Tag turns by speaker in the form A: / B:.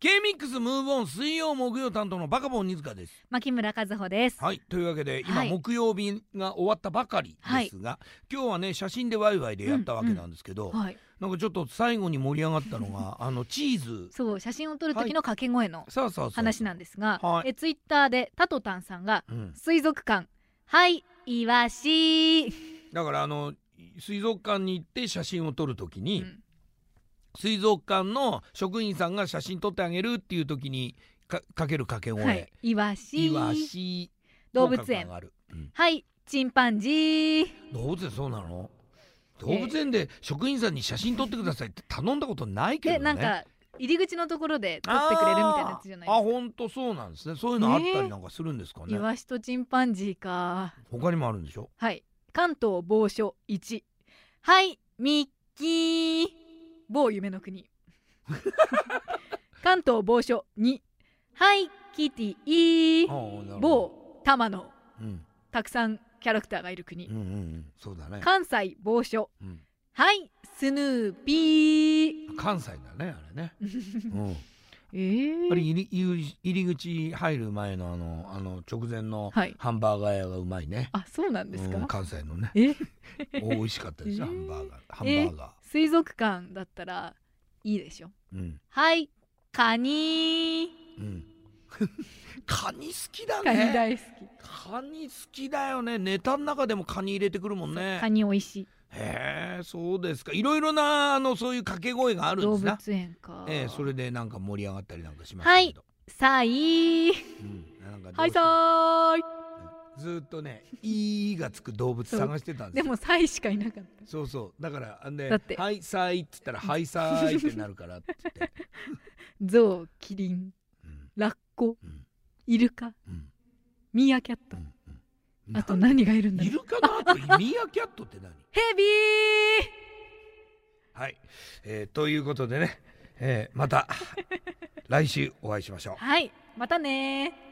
A: K-MIX ムーブオン水曜木曜担当のバカボン二塚です
B: 牧村和穂です。
A: はいというわけで今、
B: はい
A: 木曜日が終わったばかりですが、今日はね写真でワイワイでやったわけなんですけど、
B: はい。
A: なんかちょっと最後に盛り上がったの があのチーズ
B: そう写真を撮る時の掛け声の
A: さあさあさあ
B: 話なんですが、
A: はい
B: えツイッターでタトタンさんが
A: うん、
B: 水族館はいイワシ、
A: だからあの水族館に行って写真を撮るとき
B: う
A: に、
B: ん
A: 水族館の職員さんが写真撮ってあげるっていうときにかかける掛け声、
B: はいイワシ
A: イワシ
B: 動物
A: 効果
B: 園
A: がある、うん
B: はいチンパンジー
A: 動物園そうなの動
B: ええ
A: 物園で職員さんに写真撮ってくださいって頼んだことないけど
B: で
A: ね
B: なんか入り口のところで撮ってくれるみたいなやつじゃない
A: あーあ
B: ですか。
A: 本当そうなんですねそういうのあったりなんかするんですかね
B: イワシとチンパンジーか。
A: 他にもあるんでしょ
B: はい関東某所一はいミッキー某夢 の国関東某所二はいキ
A: あ
B: ティ
A: ーなるほど
B: 某多摩の
A: うん
B: たくさんキャラクターがいる国、
A: うんうんうんそうだね、
B: 関西某所
A: うん、
B: はいスヌーピー
A: 関西だねあれね、うん
B: え
A: やっぱ
B: ー、
A: り入り入り入り口入る前のあのあの直前の
B: はい
A: ハンバーガー屋がうまいね。
B: あそうなんですか、
A: うん関西のね。
B: え
A: お 美味しかったですよ、
B: え
A: ハン
B: ー
A: バーガー。ハンバーガ
B: 水族館だったらいいでしょ
A: ー。うん
B: はいカニ
A: うん。カニ好きだ
B: カニ
A: ね。
B: 大好き、
A: カニ好きだよね。ネタの中でもカニ入れてくるもんね
B: カ。ニ美味しい
A: へえ、そうですか。いろいろなあのそういう掛け声があるんで
B: 動
A: すな。
B: 物園か。
A: ええ、それでなんか盛り上がったりなんかしまし
B: は
A: た
B: い
A: けど。
B: さあいい。
A: うんなんかどうしても
B: はいさーい。
A: ずーっとね、いいがつく動物探してたんですよ。
B: でもさいしかいなかった。
A: そうそうだからあんで
B: だって
A: はいさい」っつったら「はいさい」ってなるからって言って、
B: ゾウ、キリン、
A: うん
B: ラッコ、
A: うん
B: イルカ、
A: うん
B: ミーアキャッ
A: う
B: ト。
A: んうん、
B: あと何がいるんだ
A: イ
B: ろう。
A: ルカの後ミーアキャットって何
B: ヘビ
A: はい、えー、ということでね、えー、また来週お会いしましょう
B: ー。。はい。またねー。